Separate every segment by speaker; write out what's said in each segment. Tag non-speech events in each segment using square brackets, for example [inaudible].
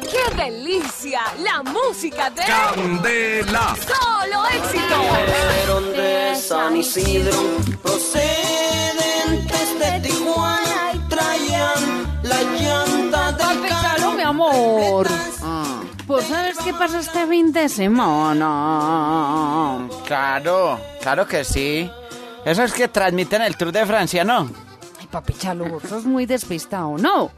Speaker 1: ¡Qué delicia! La música de
Speaker 2: Candela.
Speaker 1: Solo Éxito.
Speaker 3: Fueron de San Isidro, procedentes de Tijuana y traían la llanta del
Speaker 4: Claro,
Speaker 3: carro.
Speaker 4: mi amor.
Speaker 5: Mm,
Speaker 4: Pues ¿sabes qué pasa este fin de semana?
Speaker 5: claro, claro que sí. Eso es que transmiten el Tour de Francia, ¿no?
Speaker 4: Ay, papi Chalo, vos sos muy despistado, ¿no?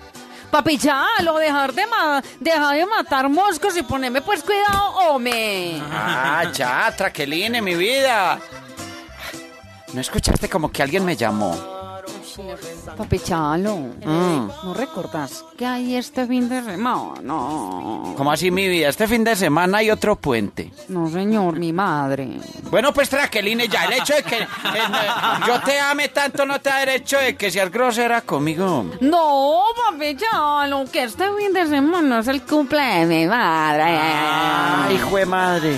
Speaker 4: Papi Chalo, dejar de, ma- dejar de matar moscos y ponerme pues cuidado, hombre.
Speaker 5: Ah, ya, Traqueline, mi vida. ¿No escuchaste como que alguien me llamó?
Speaker 4: Papi Chalo,
Speaker 5: Mm.
Speaker 4: ¿no recordás que hay este fin de semana? No,
Speaker 5: ¿Cómo así, mi vida? Este fin de semana hay otro puente.
Speaker 4: no señor, mi madre.
Speaker 5: Bueno, pues Traqueline, ya el hecho de que eh, no, yo te ame tanto no te da derecho de que seas grosera conmigo.
Speaker 4: No, papi Chalo, que este fin de semana es el cumple de mi madre.
Speaker 5: Ay, hijo de madre.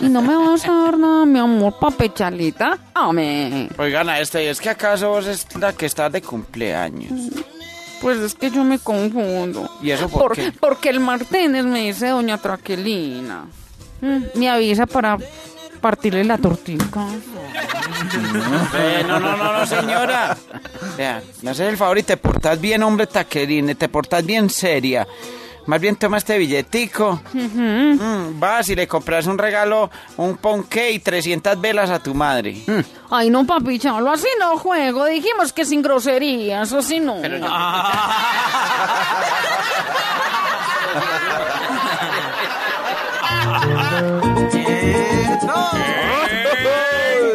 Speaker 4: Y no me vas a dar nada, mi amor, papi Chalita. Hombre.
Speaker 5: Oigan a este, ¿es que acaso vos es la que está de cumpleaños?
Speaker 4: Pues es que yo me confundo.
Speaker 5: ¿Y eso por qué?
Speaker 4: Porque el Martínez me dice Doña Traquelina. Mm, Me avisa para partirle la tortita.
Speaker 5: Eh, no, no, no, no, señora. Vea, me haces el favor y te portás bien, hombre taquerine, te portás bien seria. Más bien toma este billetico. Mm, vas y le compras un regalo, un ponqué y 300 velas a tu madre. Mm.
Speaker 4: Ay, no, papi Chalo, así no juego. Dijimos que sin groserías, así no.
Speaker 5: [laughs]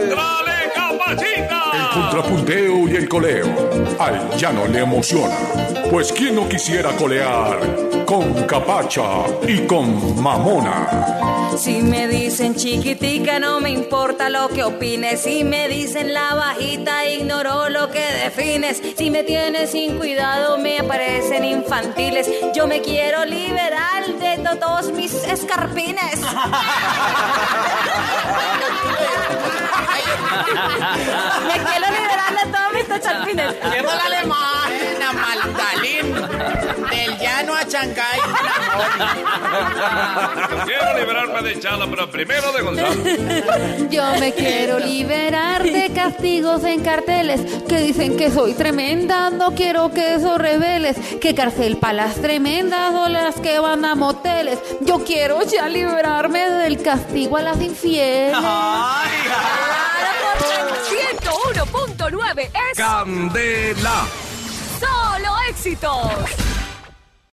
Speaker 2: ¡Dale,
Speaker 6: El contrapunteo y el coleo al llano le emociona, pues quién no quisiera colear con capacha y con mamona.
Speaker 7: Si me dicen chiquitica, no me importa lo que opines. Si me dicen la bajita, ignoro lo que defines. Si me tienes sin cuidado, me parecen infantiles. Yo me quiero liberar de to- todos mis escarpines. me quiero liberar de todos mis escarpines.
Speaker 8: Llegó la alemana, Magdalín, del llano a Chancay.
Speaker 2: Quiero liberarme de Chala, pero primero de Gonzalo.
Speaker 4: Yo me quiero liberar de castigos en carteles que dicen que soy tremenda, no quiero que eso reveles, que cárcel para las tremendas o las que van a moteles. Yo quiero ya liberarme del castigo a las infieles.
Speaker 1: 101.9 es
Speaker 2: Candela.
Speaker 1: Solo Éxitos.